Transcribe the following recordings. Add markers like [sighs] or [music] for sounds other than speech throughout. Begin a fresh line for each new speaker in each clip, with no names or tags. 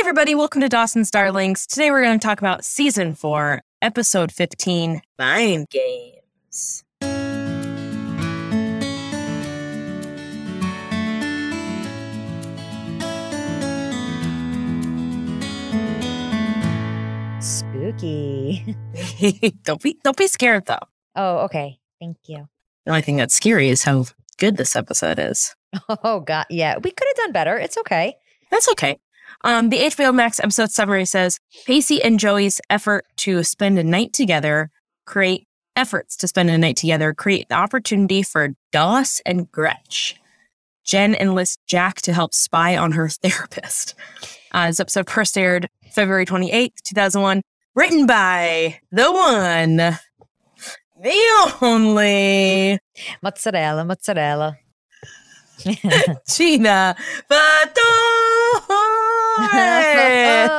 everybody, welcome to Dawson's Darlings. Today we're going to talk about season four, episode 15
Mind games.
Spooky.
[laughs] don't be don't be scared though.
Oh, okay. Thank you.
The only thing that's scary is how good this episode is.
Oh god, yeah. We could have done better. It's okay.
That's okay. Um, the HBO Max episode summary says Pacey and Joey's effort to spend a night together create efforts to spend a night together create the opportunity for Doss and Gretch. Jen enlists Jack to help spy on her [laughs] therapist. Uh, this episode first aired February 28th, 2001. Written by the one, the only
Mozzarella, mozzarella.
Gina Fadore.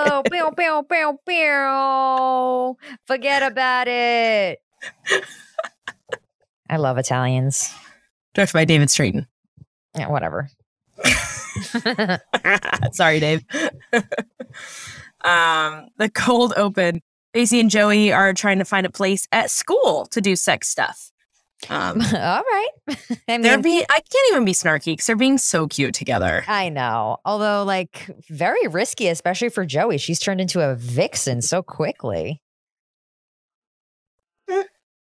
oh, [laughs] pew, pew, pew, pew. Forget about it. I love Italians.
Directed by David Straton.
Yeah, whatever.
[laughs]
[laughs]
Sorry, Dave. um, the cold open. Daisy and Joey are trying to find a place at school to do sex stuff. [laughs] Um,
All right. [laughs] I
they're
mean,
being, I can't even be snarky because they're being so cute together.
I know. Although, like, very risky, especially for Joey. She's turned into a vixen so quickly. [laughs]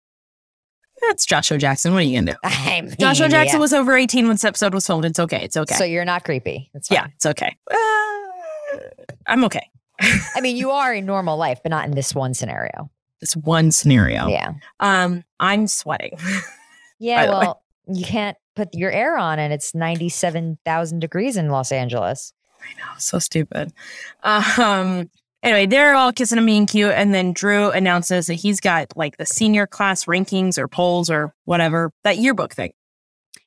That's Joshua Jackson. What are you going to do?
I mean,
Joshua Jackson
yeah.
was over 18 when this episode was filmed. It's okay. It's okay.
So you're not creepy. It's fine.
yeah, it's okay. Uh, I'm okay.
I mean, you are in normal life, but not in this one scenario.
It's one scenario.
Yeah.
Um, I'm sweating.
Yeah.
By the way.
Well, you can't put your air on, and it's 97,000 degrees in Los Angeles.
so stupid. Um. Anyway, they're all kissing and being cute, and then Drew announces that he's got like the senior class rankings or polls or whatever that yearbook thing.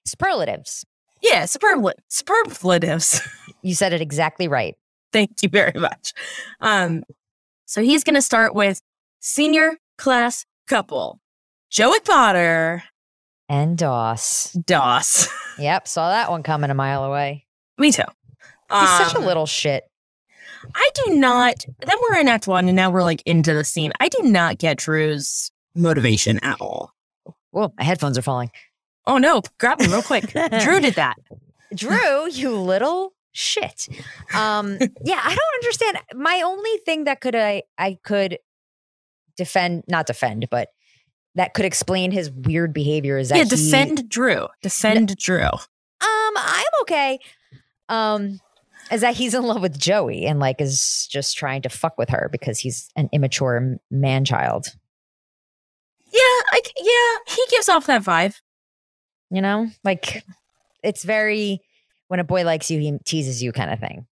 Superlatives.
Yeah, superbl- superlatives.
You said it exactly right.
[laughs] Thank you very much. Um, so he's going to start with senior class couple, Joey Potter,
And DOS.
Doss. [laughs]
Yep. Saw that one coming a mile away.
Me too.
He's such a
Um,
little shit.
I do not. Then we're in Act One, and now we're like into the scene. I do not get Drew's motivation at all.
Whoa, my headphones are falling.
Oh no, grab me real
[laughs]
quick. Drew did that.
Drew, you little shit. Um,
[laughs]
yeah, I don't understand. My only thing that could I I could defend, not defend, but that could explain his weird behavior is that
yeah,
he-
defend Drew. Defend Drew.
um, I'm okay. Um, is that he's in love with Joey and like is just trying to fuck with her because he's an immature man child,
Yeah, I, c- yeah, he gives off that vibe.
you know? Like it's very when a boy likes you, he teases you kind of thing.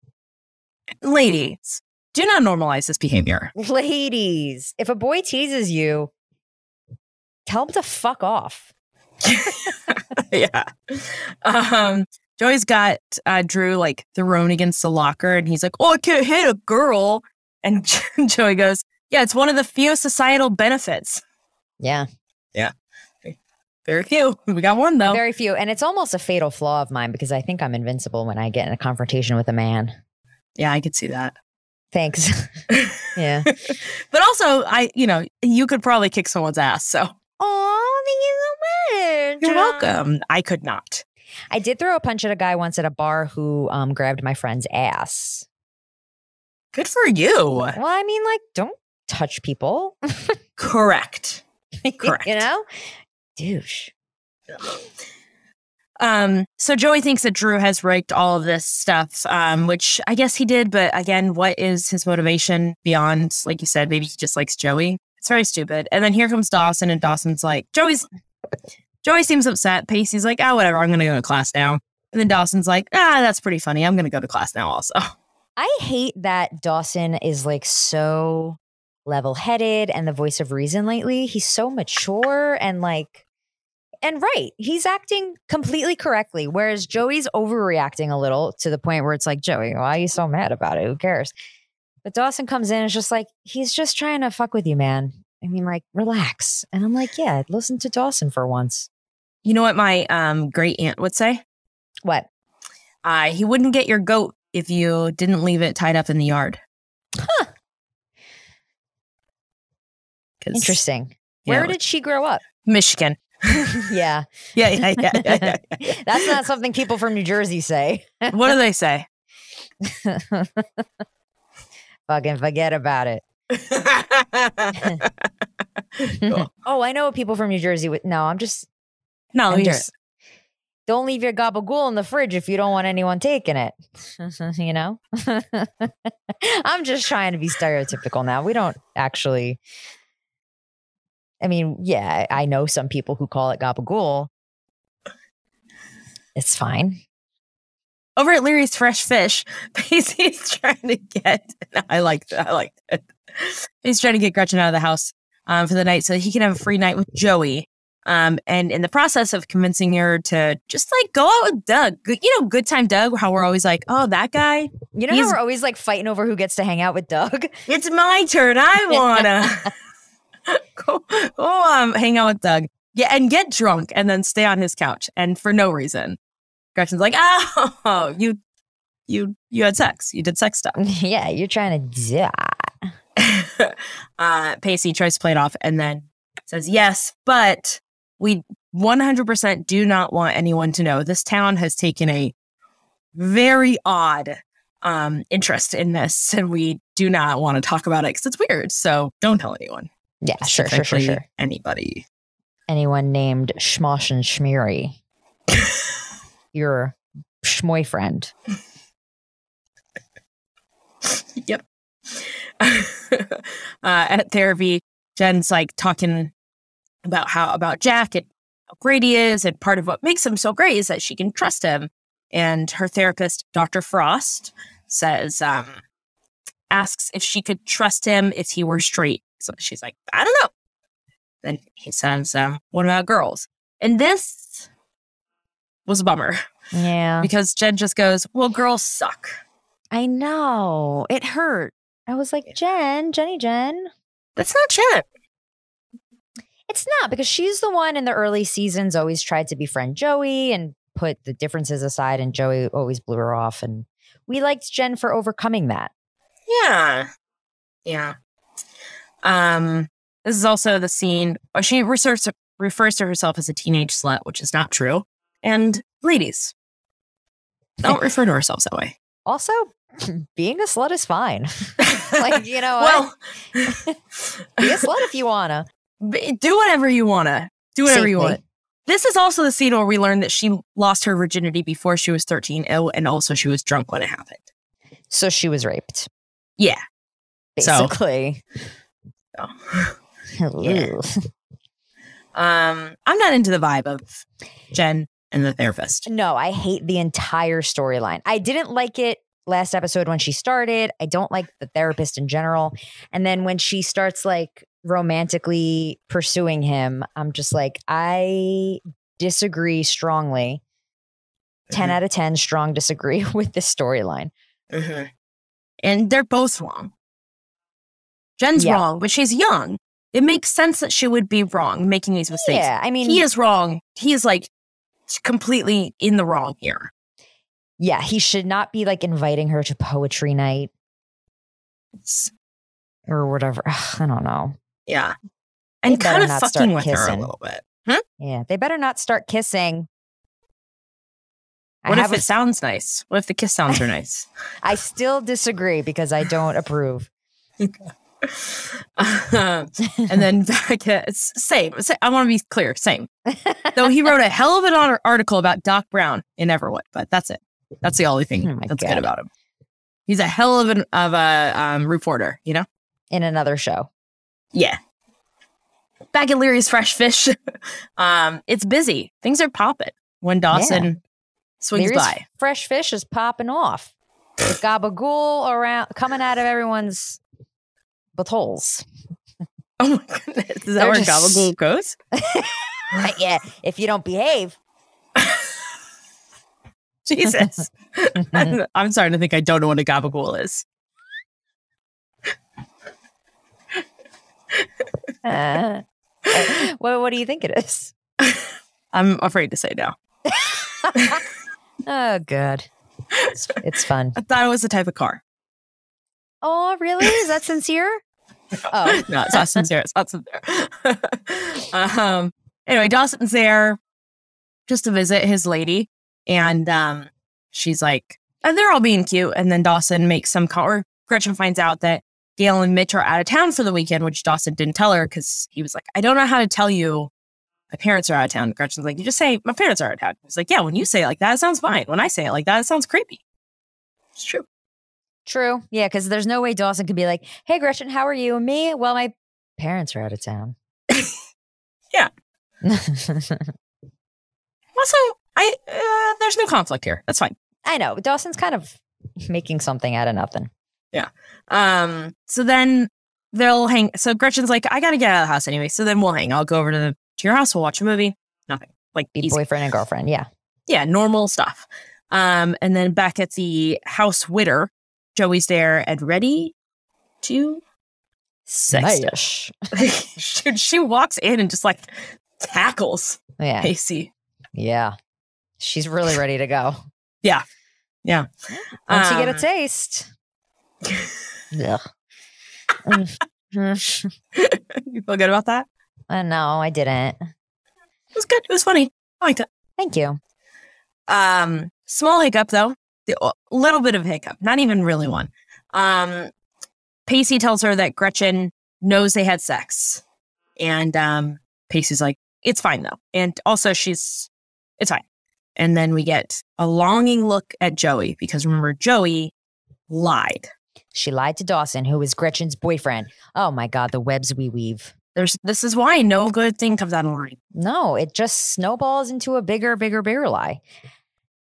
[laughs]
Ladies, do not normalize this behavior. [laughs]
Ladies, if a boy teases you, tell him to fuck off.
yeah. Um, Joey's got uh, Drew like thrown against the locker, and he's like, "Oh, I can't hit a girl." And [laughs] Joey goes, "Yeah, it's one of the few societal benefits.
Yeah.
Very few. We got one though.
Very few. And it's almost a fatal flaw of mine because I think I'm invincible when I get in a confrontation with a man.
yeah, I could see that. [laughs]
Thanks. [laughs] yeah.
But also, I, you know, you could probably kick someone's ass. So
Oh, thank you so
you're
much.
welcome. I could not.
I did throw a punch at a guy once at a bar who um, grabbed my friend's ass.
Good for you.
Well, I mean, like, don't touch people. [laughs]
Correct. Correct.
you know? Douche.
Um, so Joey thinks that Drew has raked all of this stuff, um, which I guess he did, but again, what is his motivation beyond, like you said, maybe he just likes Joey? It's very stupid. And then here comes Dawson, and Dawson's like, Joey's Joey seems upset. Pacey's like, oh, whatever, I'm gonna go to class now. And then Dawson's like, ah, that's pretty funny. I'm gonna go to class now also.
I hate that Dawson is like so level headed and the voice of reason lately. He's so mature and like, and right. He's acting completely correctly. Whereas Joey's overreacting a little to the point where it's like, Joey, why are you so mad about it? Who cares? But Dawson comes in and is just like, he's just trying to fuck with you, man. I mean, like, relax. And I'm like, yeah, listen to Dawson for once.
You know what my um great aunt would say?
What?
Uh, he wouldn't get your goat if you didn't leave it tied up in the yard. 'cause,
Interesting.
you
Where
know,
did she grow up? [laughs]
Michigan?
yeah.
Yeah, yeah, yeah, yeah, yeah, yeah.
That's not something people from New Jersey say. [laughs]
what do they say? [laughs]
Fucking forget about it.
Cool.
Oh, I know people from New Jersey with no, I'm just
No,
Under-
he's,
don't leave your gabagool in the fridge if you don't want anyone taking it. [laughs] you know? [laughs] I'm just trying to be stereotypical now. We don't actually I mean, yeah, I I know some people who call it gabagool. It's fine.
over at Leary's Fresh Fish, [laughs] Pacey's trying to get. [laughs] I like that. I like that. He's trying to get Gretchen out of the house um, for the night so he can have a free night with Joey. Um, and in the process of convincing her to just like go out with Doug, Good- you know, good time Doug, how we're always like, oh, that guy,
You know
He's-
how we're always like fighting over who gets to hang out with Doug? [laughs]
it's my turn. I wanna [laughs] go, go um, hang out with Doug, yeah, and get drunk, and then stay on his couch, and for no reason. Gretchen's like, oh, [laughs] you, you, you had sex. You did sex stuff.
yeah, you're trying to yeah.
[laughs] uh, Pacey tries to play it off and then says, Yes, but we 100% do not want anyone to know. This town has taken a very odd um, interest in this, [laughs] and we do not want to talk about it because it's weird. So don't tell anyone.
Yeah, sure, sure, sure,
Specifically
sure.
Anybody.
Anyone named Schmosh and [laughs] Schmeary. Your schmoy friend.
yep. [laughs] uh, at therapy, Jen's like talking about how about Jack and how great he is, and part of what makes him so great is that she can trust him. And her therapist, Dr. Frost, says um, asks if she could trust him if he were straight. So she's like, I don't know. Then he says, um, "What about girls?" And this was a bummer
Yeah.
because Jen just goes, "Well, girls suck."
I know. It hurt. I was like, Jen, Jenny Jen.
That's not Jen.
It's not because she's the one in the early seasons always tried to befriend Joey and put the differences aside, and Joey always blew her off. And we liked Jen for overcoming that.
Yeah. Yeah. Um, this is also the scene where she refers to, refers to herself as a teenage slut, which is not true. And ladies,
[laughs]
don't refer to ourselves that way.
Also, [laughs] being a slut is [laughs] fine. like, you know, what?
[laughs] well,
be a slut if you wanna.
b- do whatever you want to. Do whatever you
Safely.
want. This is also the scene where we learn that she lost her virginity before she was 13 ill, and also she was drunk when it happened.
So she was raped,
Yeah. So-
[laughs] basically.
So, [sighs]
Ooh.
um, I'm not into the vibe of Jen and the therapist.
No, I hate the entire storyline. I didn't like it last episode when she started. I don't like the therapist in general. And then when she starts like romantically pursuing him, I'm just like, I disagree strongly. 10
Mhm.
out of 10 strong disagree [laughs] with this storyline.
Mm-hmm. And they're both wrong. Jen's
Yeah.
wrong, but she's young. It makes sense that she would be wrong making these mistakes.
Yeah, I mean,
He is wrong. He is like completely in the wrong here.
yeah, he should not be like inviting her to poetry night
It's-
or whatever. Ugh, I don't know.
yeah. And
better
kind of
not
fucking
start
with her a
kissing.
little bit.
Yeah, they better not start kissing. I
What if
have a
it sounds nice? What if the kiss
[laughs]
sounds are nice?
I still disagree because I don't approve.
Um, and then back at it's same, sa- I want to be clear, same. Though he wrote a hell of an honor- article about Doc Brown in Everwood, but that's it. That's the only thing
Oh my
that's
God.
good about him. He's a hell of an of a um, reporter, you know.
In another show.
Yeah. Back at Leary's Fresh Fish, [laughs] um, it's busy. Things are popping when Dawson swings
Leary's
by. [laughs]
Fresh fish is popping off. The gabagool around coming out of everyone's buttholes.
Oh my goodness! Is that
They're
where
just-
Gabagool goes? [laughs]
Right, yeah. If you don't behave. [laughs]
Jesus.
Mm-hmm.
[laughs] I'm starting to think I don't know what a gabagool is.
Uh, what, what do you think it is?
I'm afraid to say no.
Oh good. It's, it's fun.
I thought it was the type of car.
Oh, really? Is that sincere? Oh.
no, it's Austin's there. It's Austin's there. um, anyway, Dawson's there just to visit his lady. And um, she's like, and they're all being cute. And then Dawson makes some call, or Gretchen finds out that Gail and Mitch are out of town for the weekend, which Dawson didn't tell her because he was like, I don't know how to tell you my parents are out of town. Gretchen's like, you just say, my parents are out of town. He's like, yeah, when you say it like that, it sounds fine. When I say it like that, it sounds creepy. It's true.
True. Yeah, because there's no way Dawson could be like, hey, Gretchen, how are you? And me? Well, my parents are out of town.
Yeah.
[laughs]
Also, I uh, there's no conflict here. That's fine.
I know. Dawson's kind of making something out of nothing.
Um, so then they'll hang. So Gretchen's like, I gotta get out of the house anyway. So then we'll hang. I'll go over to the to your house. We'll watch a movie. Nothing like
Be
easy.
boyfriend and girlfriend. Yeah.
yeah, normal stuff. Um, and then back at the house, Witter, Joey's there and ready to sex.
Nice.
[laughs] she, she walks in and just like tackles
Yeah.
Casey.
Yeah. She's really ready to go.
Yeah.
Once you get
Um,
a
[laughs]
taste. yeah.
[laughs] You feel good about that?
Uh, no, I didn't.
It was good. It was funny. I liked it.
Thank you.
Um, small hiccup though, the a little bit of hiccup, not even really one. Um, Pacey tells her that Gretchen knows they had sex, and um, Pacey's like, "It's fine though," and also she's, "It's fine." And then we get a longing look at Joey because remember Joey lied.
She lied to Dawson, who is Gretchen's boyfriend. Oh my God, the webs we weave.
There's this is why no good thing comes out of line.
No, it just snowballs into a bigger, bigger, bigger lie.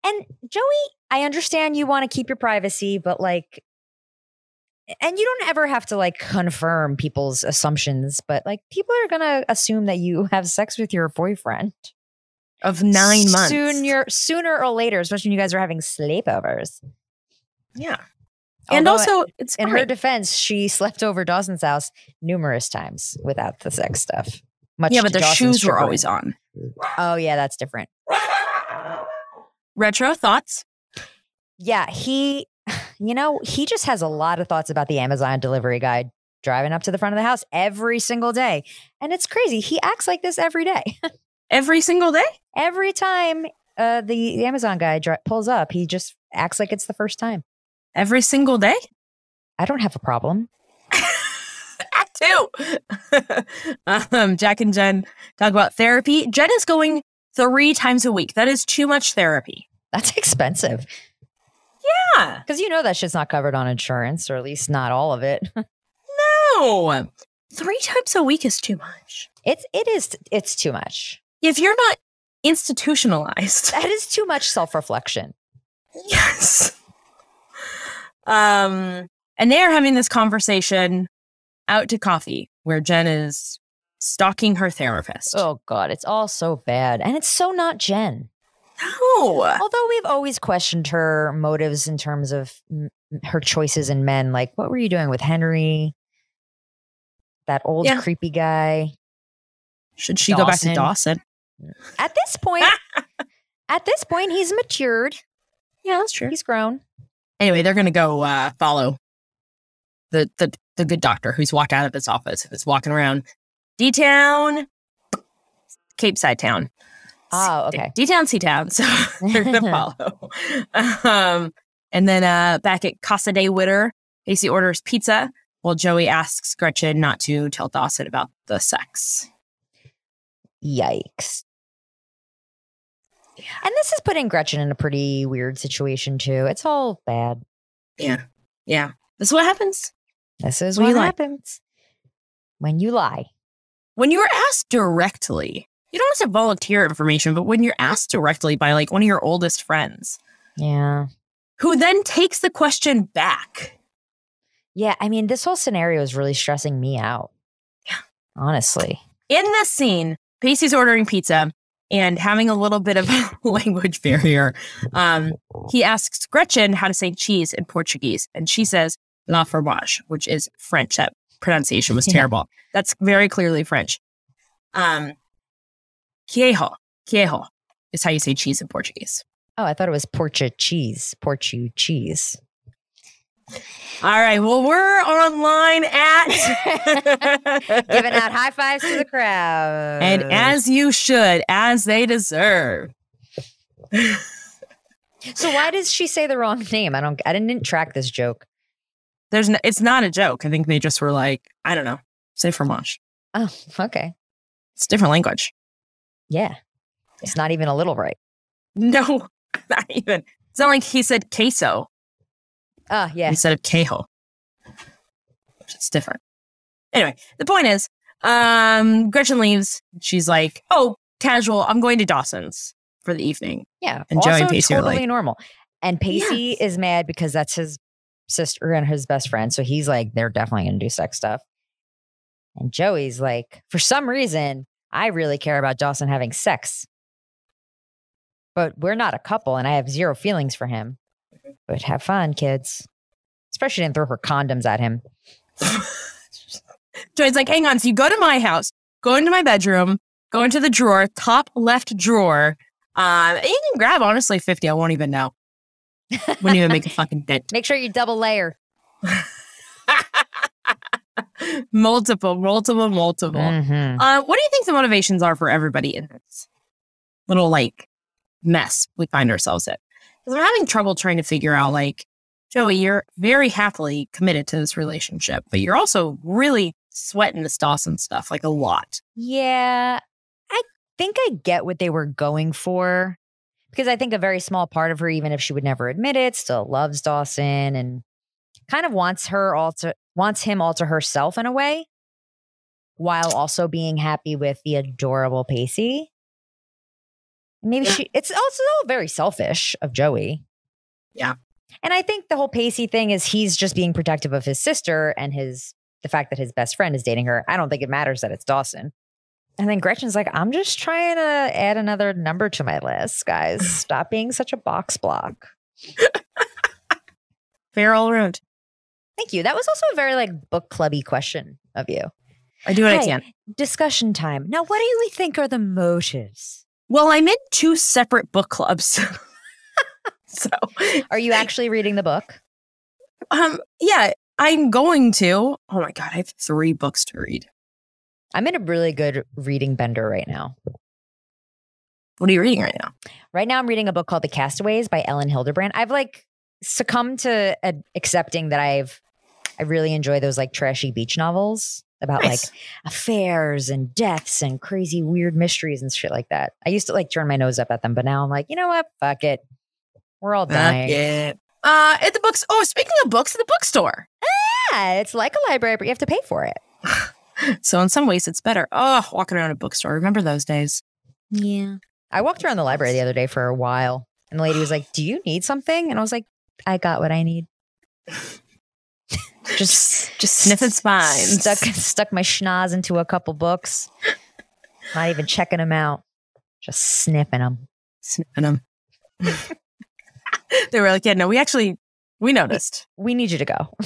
And Joey, I understand you want to keep your privacy, but like, and you don't ever have to like confirm people's assumptions, but like people are going to assume that you have sex with your boyfriend.
Of nine months,
Sooner, sooner or later, especially when you guys are having sleepovers.
yeah, and
Although,
also it's
in
fine.
her defense, she slept over Dawson's house numerous times without the sex stuff. Much
yeah,
to
but their
Dawson's
shoes were
chagrin.
always on.
Oh yeah, that's different.
Retro thoughts.
Yeah, he, [sighs] you know, he just has a lot of thoughts about the Amazon delivery guy driving up to the front of the house every single day, and it's crazy. He acts like this every day. [laughs]
Every single day?
every time uh, the, the Amazon guy dri- pulls up, he just acts like it's the first time.
Every single day? [laughs]
I don't have a problem. [laughs]
Act two. [laughs] um, Jack and Jen talk about therapy. Jen is going three times a week. That is too much therapy.
That's expensive
Yeah.
because you know that shit's not covered on insurance, or at least not all of it. [laughs]
No. Three times a week is too much.
It's it is it's too much.
If you're not institutionalized.
That is too much self reflection.
[laughs] yes. Um, and they are having this conversation out to coffee where Jen is stalking her therapist.
Oh God, it's all so bad, and it's so not Jen.
No.
[laughs] Although we've always questioned her motives in terms of m- her choices in men, like what were you doing with Henry? That old
Yeah.
creepy guy.
Should she go back to
Dawson.
Dawson?
At this
[laughs]
point, at this point, he's matured.
Yeah, that's true.
He's grown.
anyway, they're gonna go uh, follow the the the good doctor who's walked out of his office, who's walking around D Town, Cape Side Town.
Oh, okay.
D Town, Sea Town. So [laughs] they're gonna follow. um, and then uh, back at Casa de Witter, Casey orders pizza. while Joey asks Gretchen not to tell Dawson about the sex.
Yikes. And this is putting Gretchen in a pretty weird situation too. It's all bad.
Yeah, this is what happens
This is
When
what
you lie.
happens when you lie.
when you are asked directly. You don't have to volunteer information, but when you're asked directly by like one of your oldest friends,
Yeah.
who then takes the question back.
Yeah. I mean, this whole scenario is really stressing me out.
Yeah.
Honestly.
In this scene, Pacey's ordering pizza and having a little bit of [laughs] a language barrier. Um, he asks Gretchen how to say cheese in Portuguese, and she says la fromage, which is French. That pronunciation was
Yeah.
terrible. That's very clearly French. Um, queijo, queijo is how you say cheese in Portuguese. [laughs]
Oh, I thought it was Porcha cheese, Portu cheese.
All right. Well, we're online at.
[laughs] Giving out high fives to the crowd.
And as you should, as they deserve.
so why does she say the wrong name? I don't I didn't track this joke.
There's no, it's not a joke. I think they just were like, I don't know, say fromage.
Oh, okay.
It's different language. [laughs]
Yeah. It's not even a little right.
No, not even. It's not like he said queso
Oh, yeah.
instead of quejo. It's different. Anyway, the point is, um, Gretchen leaves. She's like, oh, casual. I'm going to Dawson's for the evening.
Yeah.
And Joey
also
and Pacey are
totally
like-
normal. And Pacey is mad because that's his sister and his best friend. So he's like, they're definitely gonna do sex stuff. And Joey's like, for some reason, I really care about Dawson having sex. But we're not a couple and I have zero feelings for him. But have fun, kids. Especially she didn't throw her condoms at him.
Joey's like, hang on. So you go to my house, go into my bedroom, go into the drawer, top left drawer. Um, you can grab honestly 50. I won't even know. Wouldn't even make a fucking dent.
Make sure you double layer.
multiple, multiple, multiple.
Mhm.
Uh, what do you think the motivations are for everybody in this little like mess we find ourselves in? Because I'm having trouble trying to figure out like, Joey, you're very happily committed to this relationship, but you're also really sweating this Dawson stuff like a lot.
Yeah, I think I get what they were going for because I think a very small part of her, even if she would never admit it, still loves Dawson and kind of wants her all to wants him all to herself in a way, while also being happy with the adorable Pacey. Maybe
Yeah.
she. It's also very selfish of Joey.
Yeah.
And I think the whole Pacey thing is he's just being protective of his sister and his the fact that his best friend is dating her. I don't think it matters that it's Dawson. And then Gretchen's like, I'm just trying to add another number to my list, [sighs] guys. Stop being such a box block.
Fair all around.
Thank you. That was also a very like book clubby question of you.
I do what I
Hey.
can.
Discussion time. Now, what do we think are the motives?
Well, I'm in two separate book clubs. [laughs] so,
Are you actually reading the book?
um, yeah, I'm going to. Oh my God, I have three books to read.
I'm in a really good reading bender right now.
What are you reading right now?
Right now, I'm reading a book called The Castaways by Ellen Hildebrand. I've like succumbed to uh, accepting that I've I really enjoy those like trashy beach novels about like
Nice.
affairs and deaths and crazy weird mysteries and shit like that. I used to like turn my nose up at them, but now I'm like, you know what? Fuck it. We're all dying. yeah.
yeah. Uh, at the books. Oh, speaking of books, at the bookstore.
it's like a library, but you have to pay for it.
So in some ways, it's better. Oh, walking around a bookstore. Remember those days?
Yeah. I walked around the library the other day for a while and the lady was like, Do you need something? And I was like, I got what I need. just just
Sniffing spines.
Stuck stuck my schnoz into a couple books. Not even checking them out. Just sniffing them.
Sniffing them. [laughs] they were like, yeah, no, we actually we noticed.
We need you to go.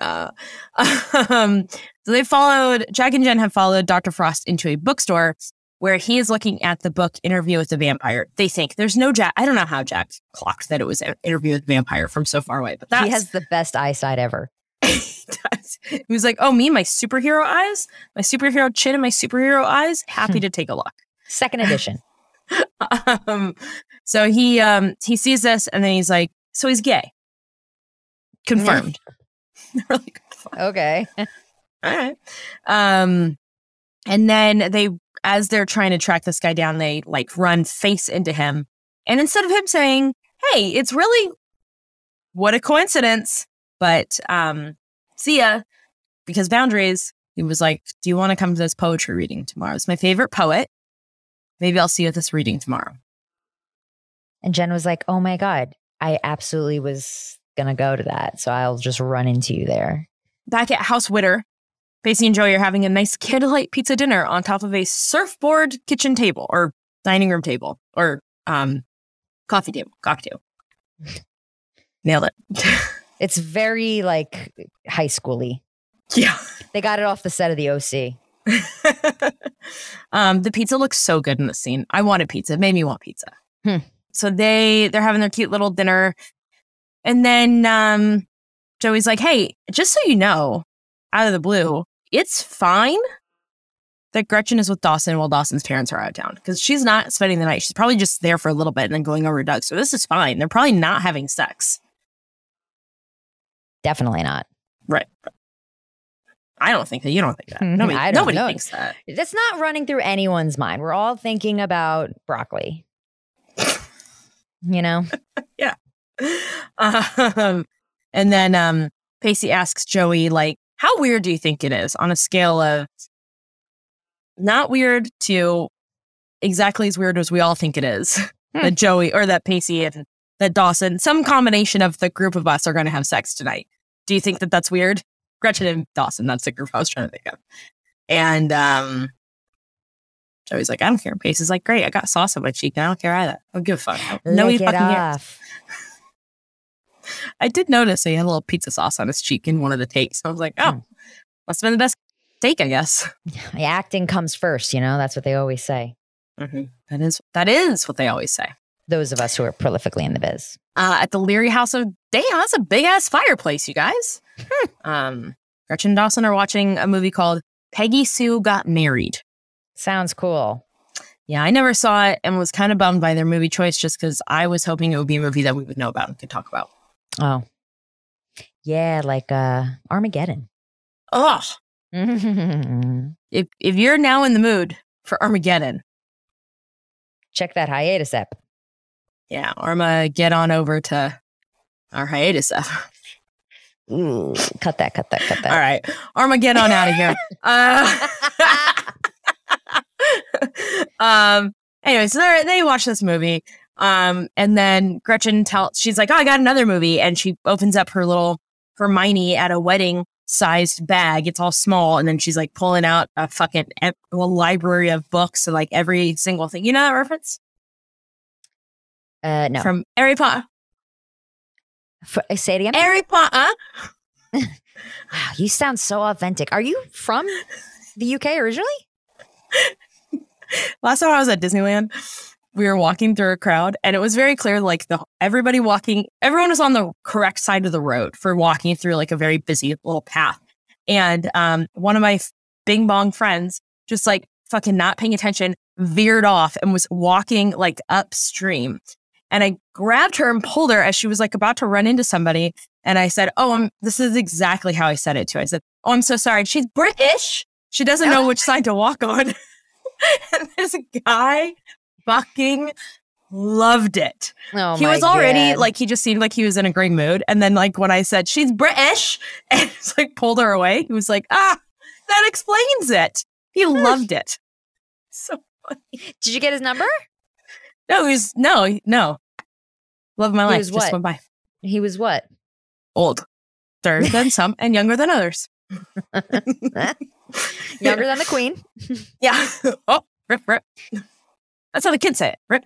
Uh, [laughs] um, so they followed Jack and Jen have followed Dr. Frost into a bookstore where he is looking at the book Interview with the Vampire. They think there's no Jack. I don't know how Jack clocked that it was an Interview with the Vampire from so far away, but that's
He has the best eyesight ever.
[laughs] he does. He was like, "Oh, me, my superhero eyes, my superhero chin, and my superhero eyes.
Hmm.
Happy to take a look."
Second edition.
[laughs] Um, so he um, he sees this, and then he's like, "So he's gay." Confirmed. We're like,
okay.
All right. Um, and then they, as they're trying to track this guy down, they like run face into him, and instead of him saying, "Hey, it's really what a coincidence," but um, see ya, because boundaries. He was like, "Do you want to come to this poetry reading tomorrow? It's my favorite poet. Maybe I'll see you at this reading tomorrow."
And Jen was like, Oh my God, I absolutely was gonna go to that. So I'll just run into you there.
Back at House Witter, Pacey and Joey are having a nice candlelight pizza dinner on top of a surfboard kitchen table or dining room table or um, coffee table, coffee table. Nailed it.
It's very like high schooly.
yeah.
They got it off the set of the OC.
[laughs] um, the pizza looks so good in the scene. I wanted pizza. It made me want pizza.
Hmm.
So they they're having their cute little dinner, and then um, Joey's like, hey, just so you know, out of the blue, it's fine that Gretchen is with Dawson while Dawson's parents are out of town because she's not spending the night. She's probably just there for a little bit and then going over to Doug. So this is fine. They're probably not having sex.
Definitely not.
I don't think that. You don't think that.
Mhm.
Nobody,
I don't
nobody
know.
thinks that.
That's not running through anyone's mind. We're all thinking about broccoli. you know?
[laughs] Um, and then um, Pacey asks Joey, like, how weird do you think it is on a scale of not weird to exactly as weird as we all think it is [laughs]
Hmm.
that Joey or that Pacey and that Dawson, some combination of the group of us are going to have sex tonight. Do you think that that's weird? Gretchen and Dawson, that's the group I was trying to think of. And um, Joey's like, I don't care. Pacey's like, great, I got sauce on my cheek. and I don't care either. I don't give a fuck. [laughs] No, he
Lick it
fucking cares.
off.
I did notice that he had a little pizza sauce on his cheek in one of the takes. I was like, oh,
Hmm.
must have been the best take, I guess.
The Acting comes first, you know? That's what they always say.
That is that is what they always say.
Those of us who are prolifically in the biz.
Uh, at the Leary House of Damn, that's a big ass fireplace, you guys. um, Gretchen and Dawson are watching a movie called Peggy Sue Got Married.
Sounds cool.
Yeah, I never saw it and was kind of bummed by their movie choice just because I was hoping it would be a movie that we would know about and could talk about.
Oh. Yeah, like uh Armageddon. [laughs]
Ugh. If, if you're now in the mood for Armageddon,
Check that hiatus app.
yeah, Arma, get on over to our hiatus app.
Cut that, cut that, cut that.
All right, Armageddon out of here. Uh, [laughs] um. Anyway, so they're- they watch this movie. Um, and then Gretchen tells she's like, "Oh, I got another movie," and she opens up her little Hermione at a wedding sized bag. It's all small, and then she's like pulling out a fucking e- a library of books and like every single thing. You know that reference
[laughs] Uh, no.
from Harry Potter?
F- say it again.
Harry Potter.
Wow, you sound so authentic. Are you from the UK originally?
last time I was at Disneyland, we were walking through a crowd and it was very clear like the everybody walking everyone was on the correct side of the road for walking through like a very busy little path. And um one of my f- bing bong friends just like fucking not paying attention veered off and was walking like upstream. And I grabbed her and pulled her as she was like about to run into somebody and I said, "Oh, I'm this is exactly how I said it to." her. I said, "Oh, I'm so sorry. She's British. She doesn't know which side to walk on." [laughs] and this guy fucking loved it.
Oh,
he
my
was already
God.
like he just seemed like he was in a great mood. And then like when I said she's British [laughs] and just like pulled her away, he was like, ah, that explains it. He loved it. So
Did you get his number?
no, he was no, he- no. Love of my
He
life
was
just
what?
went by.
He was what?
Old. Older
[laughs]
than some and younger than others. [laughs]
Younger than the Queen.
Yeah. [laughs] oh, rip, rip. That's how the kids say it. Rip.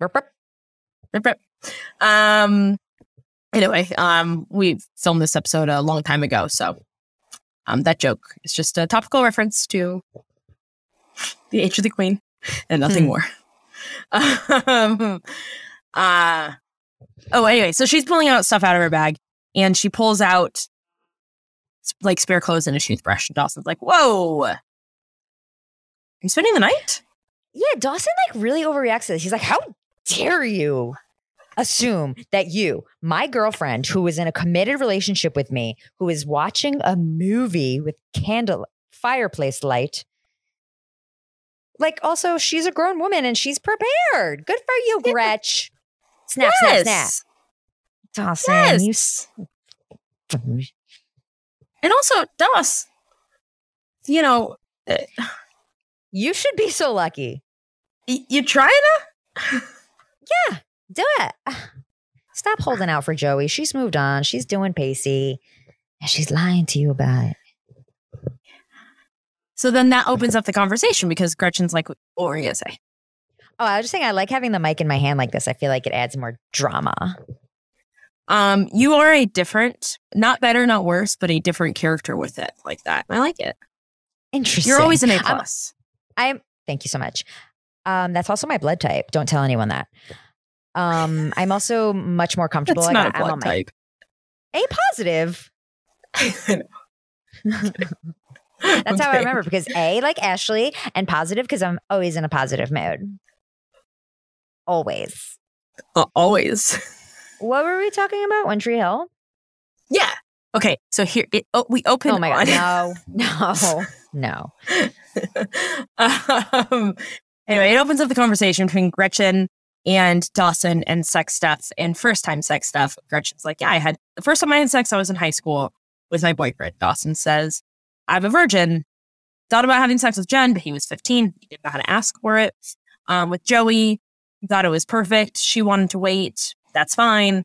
Burp, burp.
Rip, rip. Um. Anyway, um, we filmed this episode a long time ago, so um, that joke is just a topical reference to the Age of the Queen and nothing
Hmm.
more. [laughs] Um, uh, oh, anyway, so she's pulling out stuff out of her bag, and she pulls out s- like spare clothes and a toothbrush. And Dawson's like, "Whoa, are you spending the night?"
Yeah, Dawson like really overreacts to this. He's like, "How dare you assume that you, my girlfriend, who is in a committed relationship with me, who is watching a movie with candle fireplace light, like also she's a grown woman and she's prepared. Good for you,
Yeah.
Gretch. Snap, snap,
yes.
snap. Dawson,
Yes.
you. s-
And also, Doss, you know,
You should be so lucky.
y- you trying to?
Yeah, do it. Stop holding out for Joey. She's moved on. She's doing Pacey. And she's lying to you about it.
So then that opens up the conversation because Gretchen's like, what were you going to say?
Oh, I was just saying, I like having the mic in my hand like this. I feel like it adds more drama.
Um, you are a different, not better, not worse, but a different character with it like that. I like it.
Interesting.
You're always an A
I'm-
plus.
I'm. Thank you so much. Um, that's also my blood type. Don't tell anyone that. Um, I'm also much more comfortable.
It's
like,
not a
I'm on
blood
my-
type.
A positive.
[laughs]
[laughs] That's how I remember because A, like Ashley, and positive because I'm always in a positive mood. Always.
Uh, always. [laughs]
What were we talking about? One Tree Hill?
Yeah. Okay. So here, it, oh, we open.
Oh my God. No,
[laughs]
no, no.
God. [laughs] um, anyway, it opens up the conversation between Gretchen and Dawson and sex stuff and first time sex stuff. Gretchen's like, yeah, I had the first time I had sex, I was in high school with my boyfriend. Dawson says, I'm a virgin. Thought about having sex with Jen, but he was 15. He didn't know how to ask for it. Um, with Joey, he thought it was perfect. She wanted to wait. That's fine.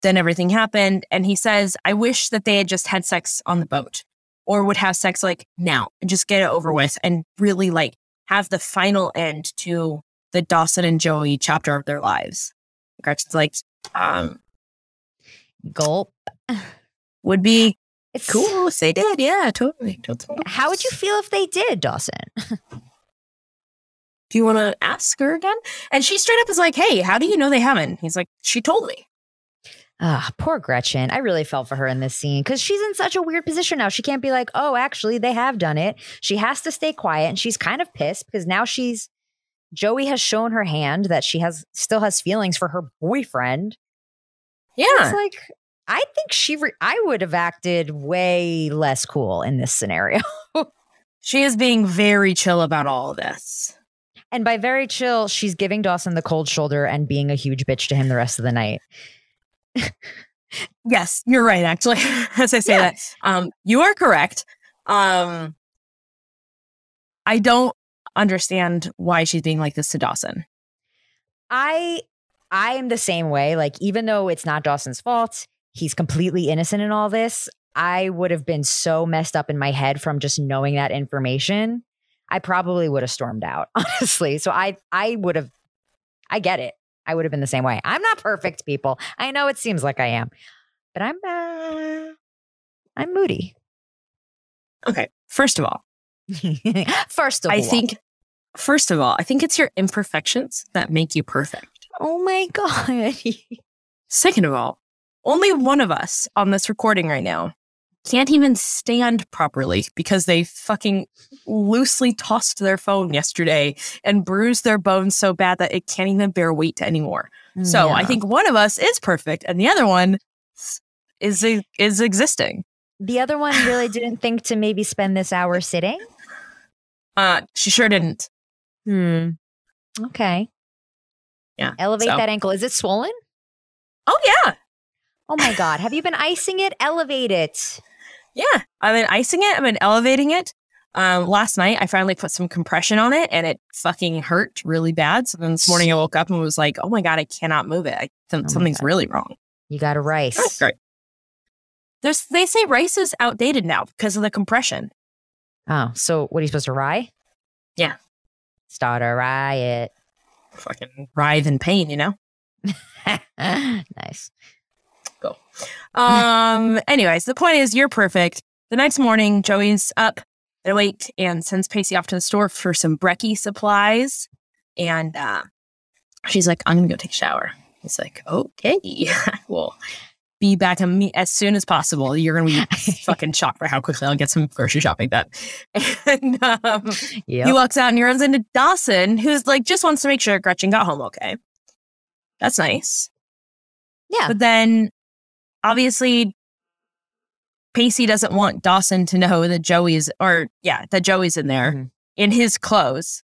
Then everything happened. And he says, I wish that they had just had sex on the boat or would have sex like now and just get it over
Mm-hmm.
with and really like have the final end to the Dawson and Joey chapter of their lives. Gretchen's like, um,
Gulp.
would be
It's
cool if they did. Yeah, totally. totally.
How would you feel if they did, Dawson?
[laughs] do you want to ask her again? And she straight up is like, hey, how do you know they haven't? He's like, she told me.
Ah, poor Gretchen. I really felt for her in this scene because she's in such a weird position now. She can't be like, oh, actually, they have done it. She has to stay quiet and she's kind of pissed because now she's Joey has shown her hand that she has still has feelings for her boyfriend. It's
Yeah.
like, I think she, re- I would have acted way less cool in this scenario. [laughs]
She is being very chill about all of this.
And by very chill, she's giving Dawson the cold shoulder and being a huge bitch to him the rest of the night.
Yes, you're right, actually, [laughs] as I say
Yeah.
that. Um, you are correct. Um, I don't understand why she's being like this to Dawson.
I I am the same way. Like even though it's not Dawson's fault, he's completely innocent in all this. I would have been so messed up in my head from just knowing that information. I probably would have stormed out, [laughs] honestly. So I I would have I get it. I would have been the same way. I'm not perfect, people. I know it seems like I am. But I'm uh, I'm moody. [laughs]
Okay. First of all,
First of all,
I think, first of all, I think it's your imperfections that make you perfect.
Oh my [laughs] god.
Second of all, only one of us on this recording right now can't even stand properly because they fucking loosely tossed their phone yesterday and bruised their bones so bad that it can't even bear weight anymore. So I
Yeah.
think one of us is perfect and the other one is e, is existing.
the other one really didn't think to maybe spend this hour sitting.
Uh, she sure didn't.
Hmm. Okay.
Yeah,
Elevate
so-
that ankle. Is it swollen?
Oh yeah,
Oh my God. Have you
[laughs]
been icing it? Elevate it.
yeah. I've been icing it. I've been elevating it. Um, last night I finally put some compression on it, and it fucking hurt really bad. So then this morning I woke up and was like, "Oh my god, I cannot move it. I, some-
Oh my
something's
God.
really wrong."
You got a rice.
Great. There's they say rice is outdated now because of the compression.
Oh, so what are you supposed to rye?
Yeah.
Start a riot. [laughs]
Fucking writhe in pain, you know.
nice.
Um. anyways, the point is, you're perfect. The next morning, Joey's up and awake and sends Pacey off to the store for some brekkie supplies. And uh, she's like, "I'm gonna go take a shower." He's like, "Okay, [laughs] well, be back am- as soon as possible. You're gonna be fucking shocked by how quickly I'll get some grocery shopping done." [laughs] And um,
Yeah.
he walks out and he runs into Dawson, who's like, just wants to make sure Gretchen got home okay. That's nice.
Yeah.
But then obviously Pacey doesn't want Dawson to know that Joey's or yeah, that Joey's in there
Mhm.
in his clothes.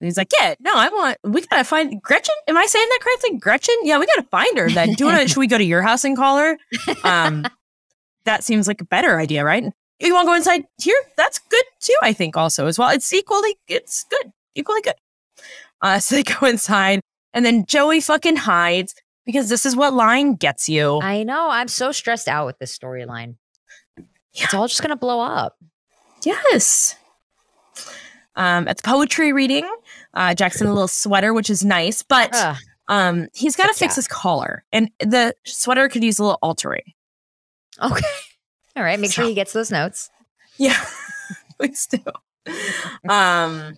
And he's like, Yeah, no, I want we gotta find Gretchen. Am I saying that correctly? Gretchen? Yeah, we gotta find her then. Do you wanna should we go to your house and call her? Um that seems like a better idea, right? You wanna go inside here? That's good too, I think, also as well. It's equally it's good. Equally good. Uh [laughs] so they go inside and then Joey fucking hides because this is what lying gets you.
I know. I'm so stressed out with this storyline. It's all just going to blow up.
Yes. Um, at the poetry reading, uh, Jackson a little sweater, which is nice, but
Ugh.
um, he's got to
But yeah.
fix his collar, and the sweater could use a little altering.
Okay. All right. Make sure
So-
he gets those notes.
Yeah, [laughs] please do. Um,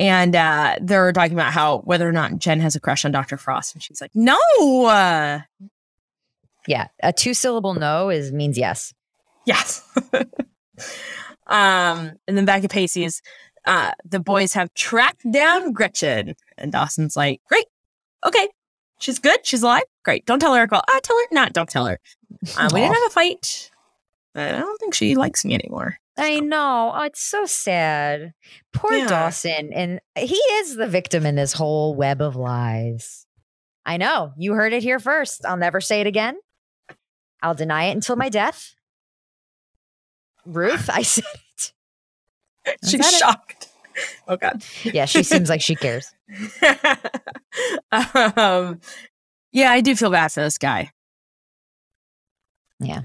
and uh, they're talking about how whether or not Jen has a crush on Dr. Frost, and she's like, "No, uh,
Yeah. A two syllable no is means yes.
Yes. [laughs] um, and then back at Pacey's, uh, the boys have tracked down Gretchen, and Dawson's like, "Great, okay, she's good, she's alive, great. Don't tell her I call. Ah, tell her not. Don't tell her. Um, we didn't
Aw.
have a fight, but I don't think she likes me anymore.
I know. Oh, it's so sad. Poor
Yeah.
Dawson. And he is the victim in this whole web of lies. I know. You heard it here first. I'll never say it again. I'll deny it until my death. Ruth, I said it. Is
she's
that it?
shocked. [laughs] Oh God.
[laughs] Yeah, she seems like she cares.
[laughs] um, yeah, I do feel bad for this guy.
Yeah.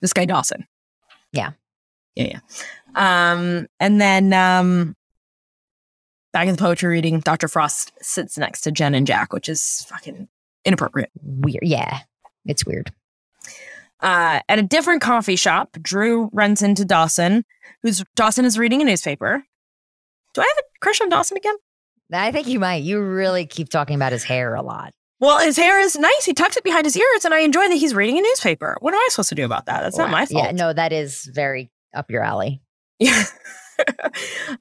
This guy Dawson.
Yeah.
Yeah, yeah. Um, and then um back in the poetry reading, Dr. Frost sits next to Jen and Jack, which is fucking inappropriate.
Weird. Yeah, it's weird.
Uh, at a different coffee shop, Drew runs into Dawson, who's Dawson is reading a newspaper. Do I have a crush on Dawson again?
I think you might. You really keep talking about his hair a lot.
Well, his hair is nice. He tucks it behind his ears, and I enjoy that he's reading a newspaper. What am I supposed to do about that? That's not my fault.
Yeah, no, that is very up your
[sighs]
alley.
[laughs] Yeah.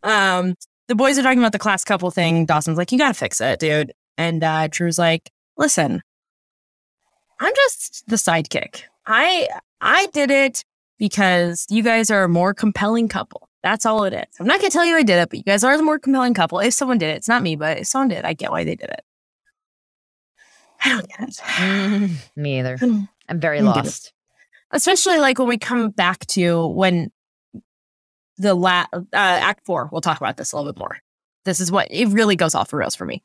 um, the boys are talking about the class couple thing. Dawson's like, "You gotta fix it, dude," and uh, Drew's like, "Listen, I'm just the sidekick. I I did it because you guys are a more compelling couple. That's all it is. I'm not gonna tell you I did it, but you guys are the more compelling couple. If someone did it, it's not me, but if someone did, I get why they did it. I don't get it."
Me either.
Mm.
I'm very
Mm, good.
lost.
especially like when we come back to when the la- uh, act four we'll talk about this a little bit more this is what it really goes off the rails for me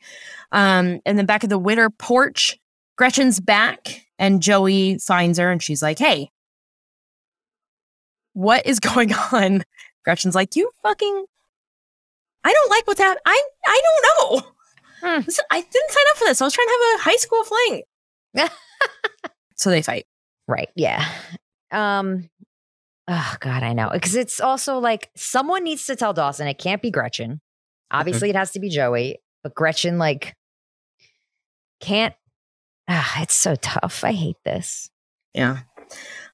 um and then back at the winter porch gretchen's back and joey finds her and she's like hey what is [laughs] going on gretchen's like you fucking i don't like what's happening i i don't know
Hmm.
[laughs] This- i didn't sign up for this i was trying to have a high school fling so they fight
Right. Yeah. Um Oh god, I know. Cuz it's also like someone needs to tell Dawson it can't be Gretchen.
Mm-hmm.
Obviously it has to be Joey, but Gretchen like can't Ah, it's so tough. I hate this.
Yeah.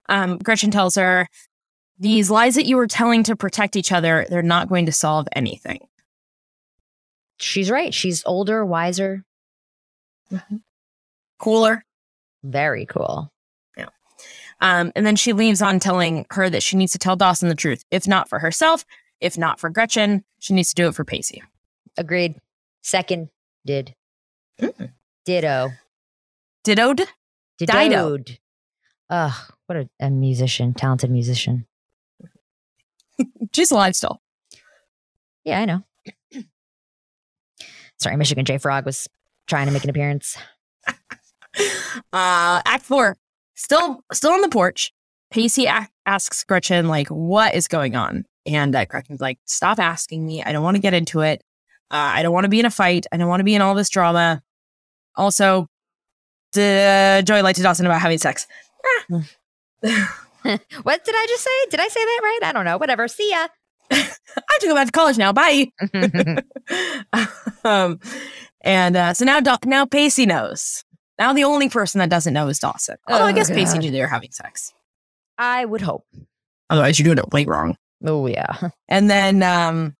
Um, Gretchen tells her, these lies that you were telling to protect each other, they're not going to solve anything.
She's right. She's older, wiser,
Mm-hmm. Cooler.
very cool.
Um, and then she leaves on telling her that she needs to tell Dawson the truth, if not for herself, if not for Gretchen, she needs to do it for Pacey.
Agreed. Second did.
Mm.
Ditto.
Dittoed. Dido.
Didoed. Ugh, what a, a musician, talented musician.
She's alive still.
Yeah, I know. Sorry, Michigan J Frog was trying to make an appearance.
Uh, act four, still, still on the porch. Pacey a- asks Gretchen, like, what is going on? And uh, Gretchen's like, stop asking me. I don't want to get into it. Uh, I don't want to be in a fight. I don't want to be in all this drama. Also, d- Joey lied to Dawson about having sex. [laughs]
What did I just say? Did I say that right? I don't know. Whatever. See ya. [laughs]
I have to go back to college now. Bye. [laughs] um, and uh, so now, Daw- now Pacey knows. Now the only person that doesn't know is Dawson. Although I
Oh,
guess Pacey
God.
knew they were having sex.
I would hope.
Otherwise, you're doing it way wrong.
Oh yeah. [laughs]
And then um,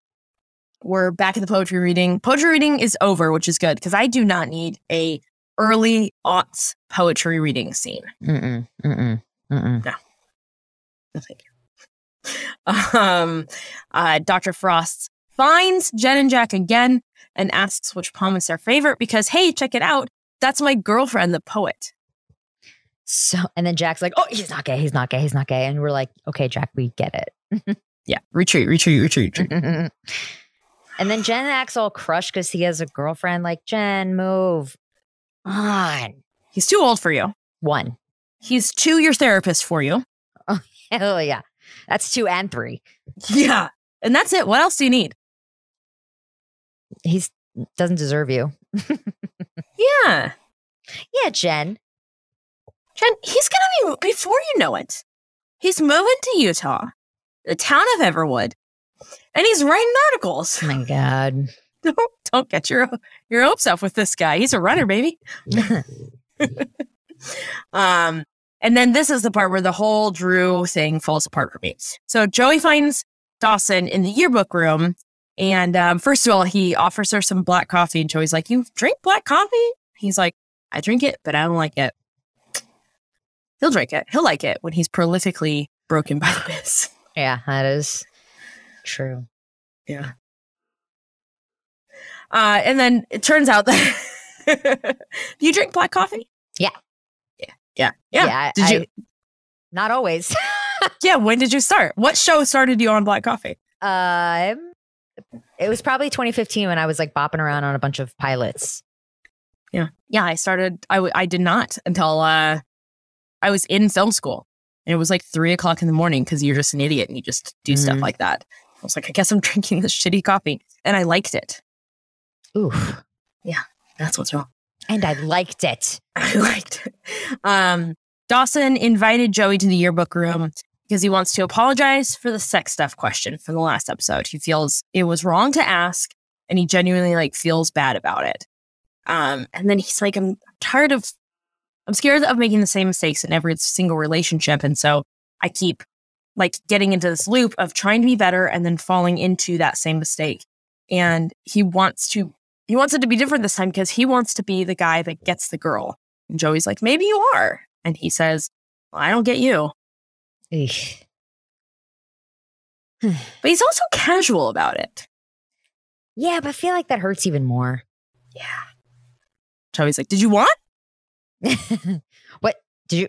we're back at the poetry reading. Poetry reading is over, which is good because I do not need a early aughts poetry reading scene. [laughs]
Mm-mm, mm-mm, mm-mm.
No, thank you. Um, uh, Dr. Frost finds Jen and Jack again and asks which poem is their favorite because, hey, check it out. That's my girlfriend, the poet.
So and then Jack's like, "Oh, he's not gay. He's not gay. He's not gay." And we're like, "Okay, Jack, we get
Yeah, retreat, retreat, retreat, retreat.
it." and then Jen acts all crushed because he has a girlfriend. Like, Jen, move on.
He's too old for you.
One. [laughs]
He's too your therapist for you.
Hell Oh, yeah. That's two and three.
Yeah. And that's it. What else do you need?
He's doesn't deserve you.
Yeah.
Yeah, Jen.
Jen, he's gonna be before you know it. He's moving to Utah, the town of Everwood, and he's writing articles. [laughs]
Oh my god.
Don't, don't get your your hopes up with this guy. He's a runner, baby. Um, And then this is the part where the whole Drew thing falls apart for me. So Joey finds Dawson in the yearbook room. And um, first of all, he offers her some black coffee. And Joey's like, You drink black coffee? He's like, I drink it, but I don't like it. He'll drink it. He'll like it when he's prolifically broken by this.
[laughs] Yeah, that is true.
Yeah. [laughs] Uh, and then it turns out that [laughs] Do you drink black coffee.
Yeah.
Yeah. Yeah. Yeah.
I-
Did
I-
you?
Not always. [laughs]
Yeah. When did you start? What show started you on black coffee?
um, it was probably 2015 when I was like bopping around on a bunch of pilots.
Yeah, I started. I w- I did not until uh, I was in film school, and it was like three o'clock in the morning because you're just an idiot and you just do stuff
Mhm.
like that. I was like, I guess I'm [laughs] drinking this shitty coffee, and I liked it.
Oof.
That's what's wrong.
And I liked it.
[laughs] I liked it. Um, Dawson invited Joey to the yearbook room because he wants to apologize for the sex stuff question from the last episode. He feels it was wrong to ask and he genuinely like feels bad about it. Um, and then he's like, I'm tired of, I'm scared of making the same mistakes in every single relationship. And so I keep like getting into this loop of trying to be better and then falling into that same mistake. And he wants to, he wants it to be different this time because he wants to be the guy that gets the girl. And Joey's like, maybe you are. And he says, well, I don't get you.
Eesh.
But he's also casual about it.
Yeah, but I feel like that hurts even more. [laughs]
Yeah. Joey's like, did you want?
what did you?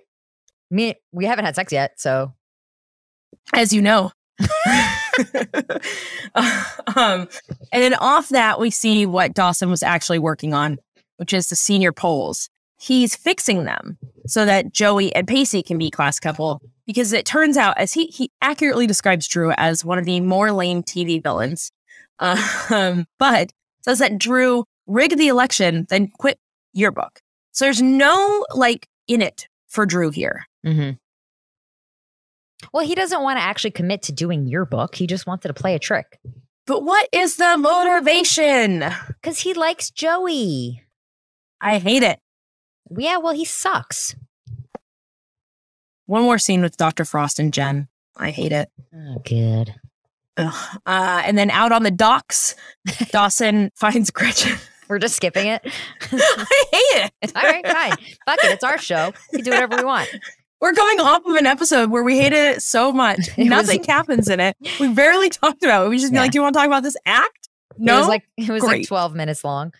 Me, we haven't had sex yet, so
As you know. [laughs] um, and then off that, we see what Dawson was actually working on, which is the senior polls. He's fixing them so that Joey and Pacey can be class couple because it turns out, as he he accurately describes Drew as one of the more lame TV villains, um, but says that Drew rigged the election, then quit yearbook. So there's no like in it for Drew here.
Mm-hmm. Well, he doesn't want to actually commit to doing your book. He just wanted to play a trick
But what is the motivation?
because he likes Joey.
I hate it.
Yeah, well, he sucks.
One more scene with Dr. Frost and Jen. I hate it.
Oh, good.
Ugh. Uh, and then out on the docks, [laughs] Dawson finds Gretchen. [laughs]
We're just skipping it.
I hate it.
All right, fine. Fuck it. It's our show. We do whatever we want.
We're coming off of an episode where we hated it so much.
[laughs] It was-
Nothing happens in it. We barely talked about it. We just be
Yeah.
like, do you want to talk about this act?
it
No.
was like it was
Great.
like twelve minutes long.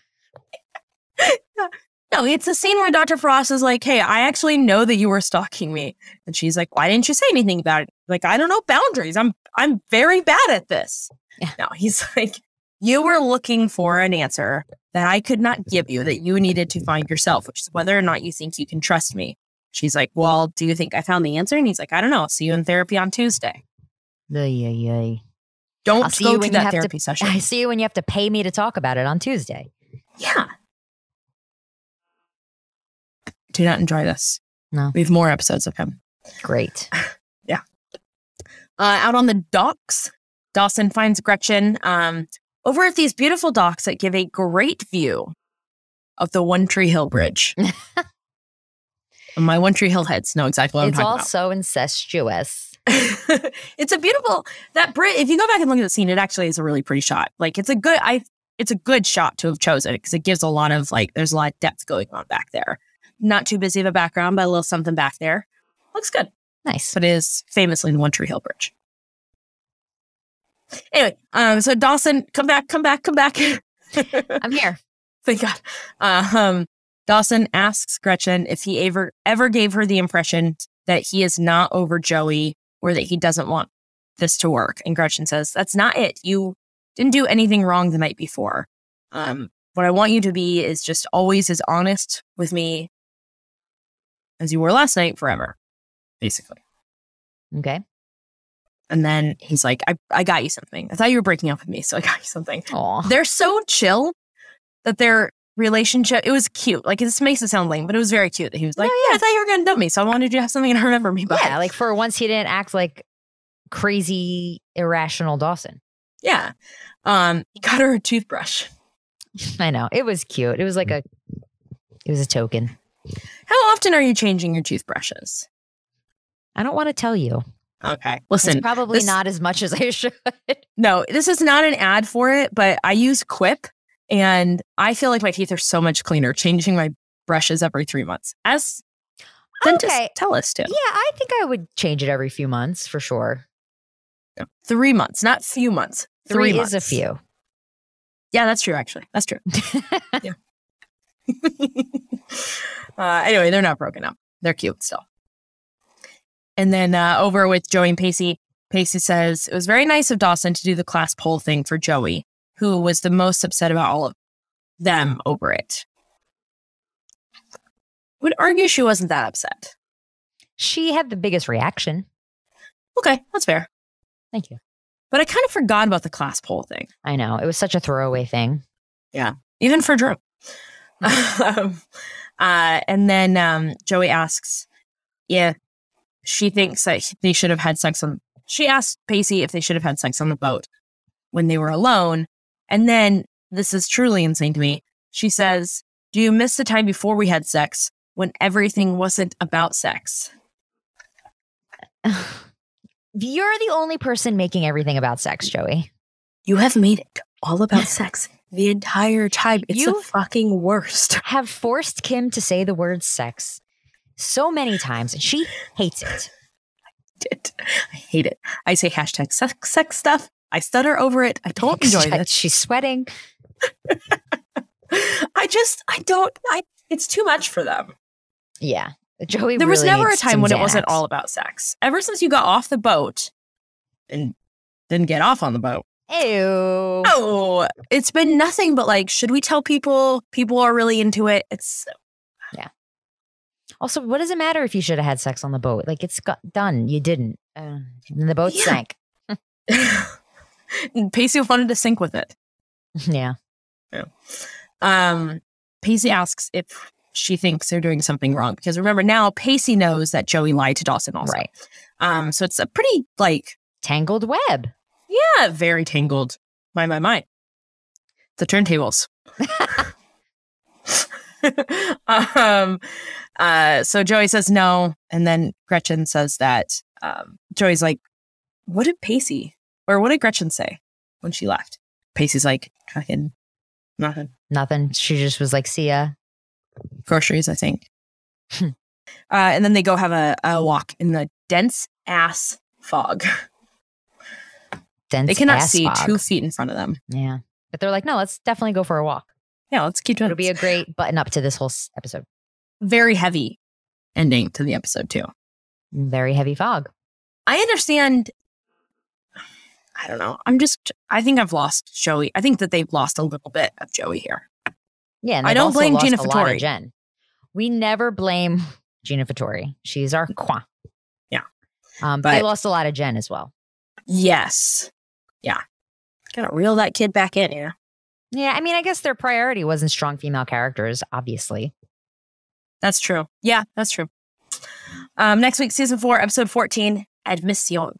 no, it's the scene where Dr. Frost is like, hey, I actually know that you were stalking me. And she's like, why didn't you say anything about it? Like, I don't know boundaries. I'm I'm very bad at this.
Yeah.
No, he's [laughs] like, you were looking for an answer that I could not give you, that you needed to find yourself, which is whether or not you think you can trust me. She's like, well, do you think I found the answer? And he's like, I don't know. I'll see you in therapy on Tuesday.
Yeah, yeah, yeah.
Don't
I'll see
go
you
to
when you
that
have to- [laughs]
therapy session.
I see you when you have to pay me to talk about it on Tuesday.
Yeah. Do not enjoy this.
No.
We have more episodes of him.
Great.
uh, out on the docks. Dawson finds Gretchen um, over at these beautiful docks that give a great view of the One Tree Hill Bridge. And My One Tree Hill heads know exactly what
it's
I'm
all
talking
so incestuous.
about. [laughs] it's a beautiful that Brit. If you go back and look at the scene, it actually is a really pretty shot. Like it's a good I. It's a good shot to have chosen because it gives a lot of like there's a lot of depth going on back there. Not too busy of a background, but a little something back there. Looks good.
Nice.
but it is famously the One Tree Hill Bridge. Anyway, um, so Dawson, come back, come back, come back. [laughs]
I'm here.
Thank God. Uh, um, Dawson asks Gretchen if he ever ever gave her the impression that he is not over Joey or that he doesn't want this to work. And Gretchen says, "That's not it. You didn't do anything wrong the night before. Um, what I want you to be is just always as honest with me as you were last night, forever, basically."
Okay.
And then he's like, I, I got you something. I thought you were breaking up with me, so I got you something.
Aw.
They're
[laughs]
so chill that their relationship, it was cute. Like, this makes it sound lame, but it was very cute that he was like,
No,
yeah. I thought you were going to dump me, so I wanted you to have something to remember me by.
Yeah, like for once he didn't act like crazy irrational Dawson.
yeah. Um, he got her a toothbrush.
I know. It was cute. It was like a it was a token.
How often are you changing your toothbrushes?
I don't want to tell you.
Okay.
It's
Listen,
probably
this-
not as much as I [laughs] should.
no, this is not an ad for it, but I use Quip and I feel like my teeth are so much cleaner changing my brushes every three months. As dentists
Okay.
tell us to.
Yeah, I think I would change it every few months for sure.
Three months, not few months. Three,
Three
months.
is a few.
Yeah, that's true, actually. That's
[laughs]
true. [laughs] uh, anyway, they're not broken up. They're cute still. And then uh, over with Joey and Pacey, Pacey says, It was very nice of Dawson to do the class poll thing for Joey, who was the most upset about all of them over it. Would argue she wasn't that upset.
she had the biggest reaction.
Okay, that's fair.
Thank you.
But I kind of forgot about the class poll thing.
I know. It was such a throwaway thing. [laughs]
even for Drew. um, uh, and then um, Joey asks, yeah, she thinks that they should have had sex on. She asked Pacey if they should have had sex on the boat when they were alone. And then this is truly insane to me. She says, Do you miss the time before we had sex when everything wasn't about sex?
You're the only person making everything about sex, Joey.
You have made it all about sex the entire time. It's
You-
the fucking worst.
Have forced Kim to say the word sex so many times, and she hates it.
it. I hate it. I say hashtag sex, sex stuff. I stutter over it. I don't enjoy it.
[laughs] She's sweating.
I just, I don't, I, it's too much for them.
Yeah. Joey
there was
really
never a
needs
time
some
when it wasn't
Xanax.
all about sex. Ever since you got off the boat and didn't get off on the boat.
Ew.
Oh, it's been nothing but like, should we tell people? People are really into it. It's, [laughs]
Also, what does it matter if you should have had sex on the boat? Like, it's got done. You didn't. Uh, and the boat
Yeah.
sank. [laughs]
And Pacey wanted to sync with it.
Yeah.
Um, Pacey asks if she thinks they're doing something wrong because remember now Pacey knows that Joey lied to Dawson also.
Right.
Um, so it's a pretty like
Tangled web.
yeah, very tangled. My my my. The turntables. [laughs] um, uh, so Joey says no, and then Gretchen says that um, Joey's like, "What did Pacey or what did Gretchen say when she left?" Pacey's like, "Fucking nothing."
Nothing. She just was like, see ya.
groceries, I think.
Hmm.
uh, and then they go have a, a walk in the dense ass fog.
Dense
they cannot
ass
see
fog.
two feet in front of them.
Yeah. But they're like, no, let's definitely go for a walk.
Yeah, let's keep doing
It'll be a great button up to this whole s- episode.
very heavy ending to the episode, too.
Very heavy fog.
I understand. I don't know. I'm just, I think I've lost Joey. I think that they've lost a little bit of Joey here.
Yeah. And
I
they've
don't
also
blame
lost
Gina
a lot
Fattori.
of Jen. We never blame [laughs] Gina Fattori. She's our qua.
Yeah.
Um, but they
But-
lost a lot of Jen as well.
Yes. Yeah. Gotta reel that kid back in, yeah.
Yeah. I mean, I guess their priority wasn't strong female characters, obviously.
That's true. Yeah, that's true. Um, next week, season four, episode 14, Admission.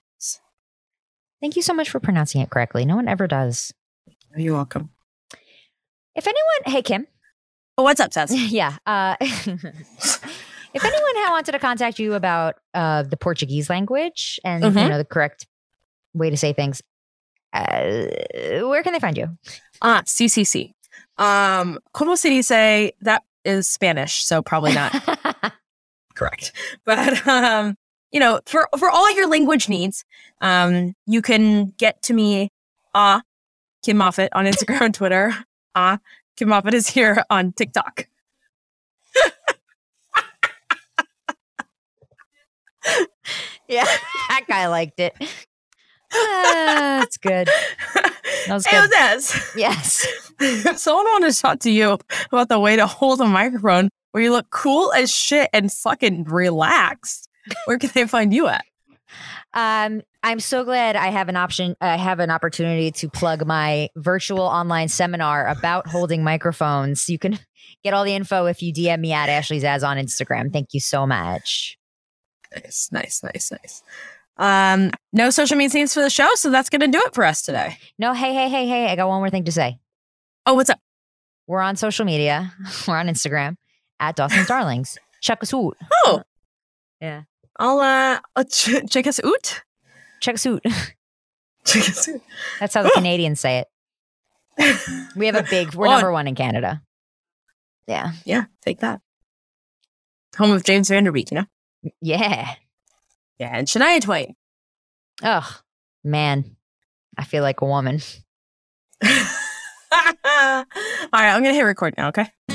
Thank you so much for pronouncing it correctly. No one ever does.
You're welcome.
If anyone, hey, Kim.
Oh, what's up, [laughs] Tess?
[laughs] yeah. Uh, if anyone had wanted to contact you about uh, the Portuguese language and you
Mhm.
know the correct way to say things, uh, where can they find you?
Ah, CCC. Um, Como se dice? That is Spanish, so probably not correct. [laughs] But um, you know, for for all your language needs, um, you can get to me, ah, Kim Moffitt on Instagram and Twitter. [laughs] Ah, Kim Moffitt is here on TikTok.
[laughs] yeah, [laughs] that guy liked it. Ah, That's good. That
[laughs]
was
Hey,
good.
Tess.
Yes.
[laughs] Someone wanted to talk to you about the way to hold a microphone where you look cool as shit and fucking relaxed. Where can they find you at?
Um, I'm so glad I have an option. I have an opportunity to plug my virtual online seminar about holding microphones. You can get all the info if you DM me at Ashley's as on Instagram. Thank you so much.
Nice, nice, nice, nice. Um, no social media scenes for the show, so that's gonna do it for us today.
No, hey, hey, hey, hey, I got one more thing to say.
Oh, what's up?
We're on social [laughs] media. We're on Instagram at Dawson's Darlings. Check us out.
I'll uh, [laughs] uh, ch- check us out.
Check suit.
Check us out.
[laughs] That's how the Canadians say it. We have a big, we're
Oh.
number one in Canada. Yeah.
[laughs] Yeah, take that. Home of James Vanderbeek, you know?
Yeah.
Yeah, and Shania Twain. [laughs]
Oh, man. I feel like a woman.
All right, I'm going to hit record now, okay?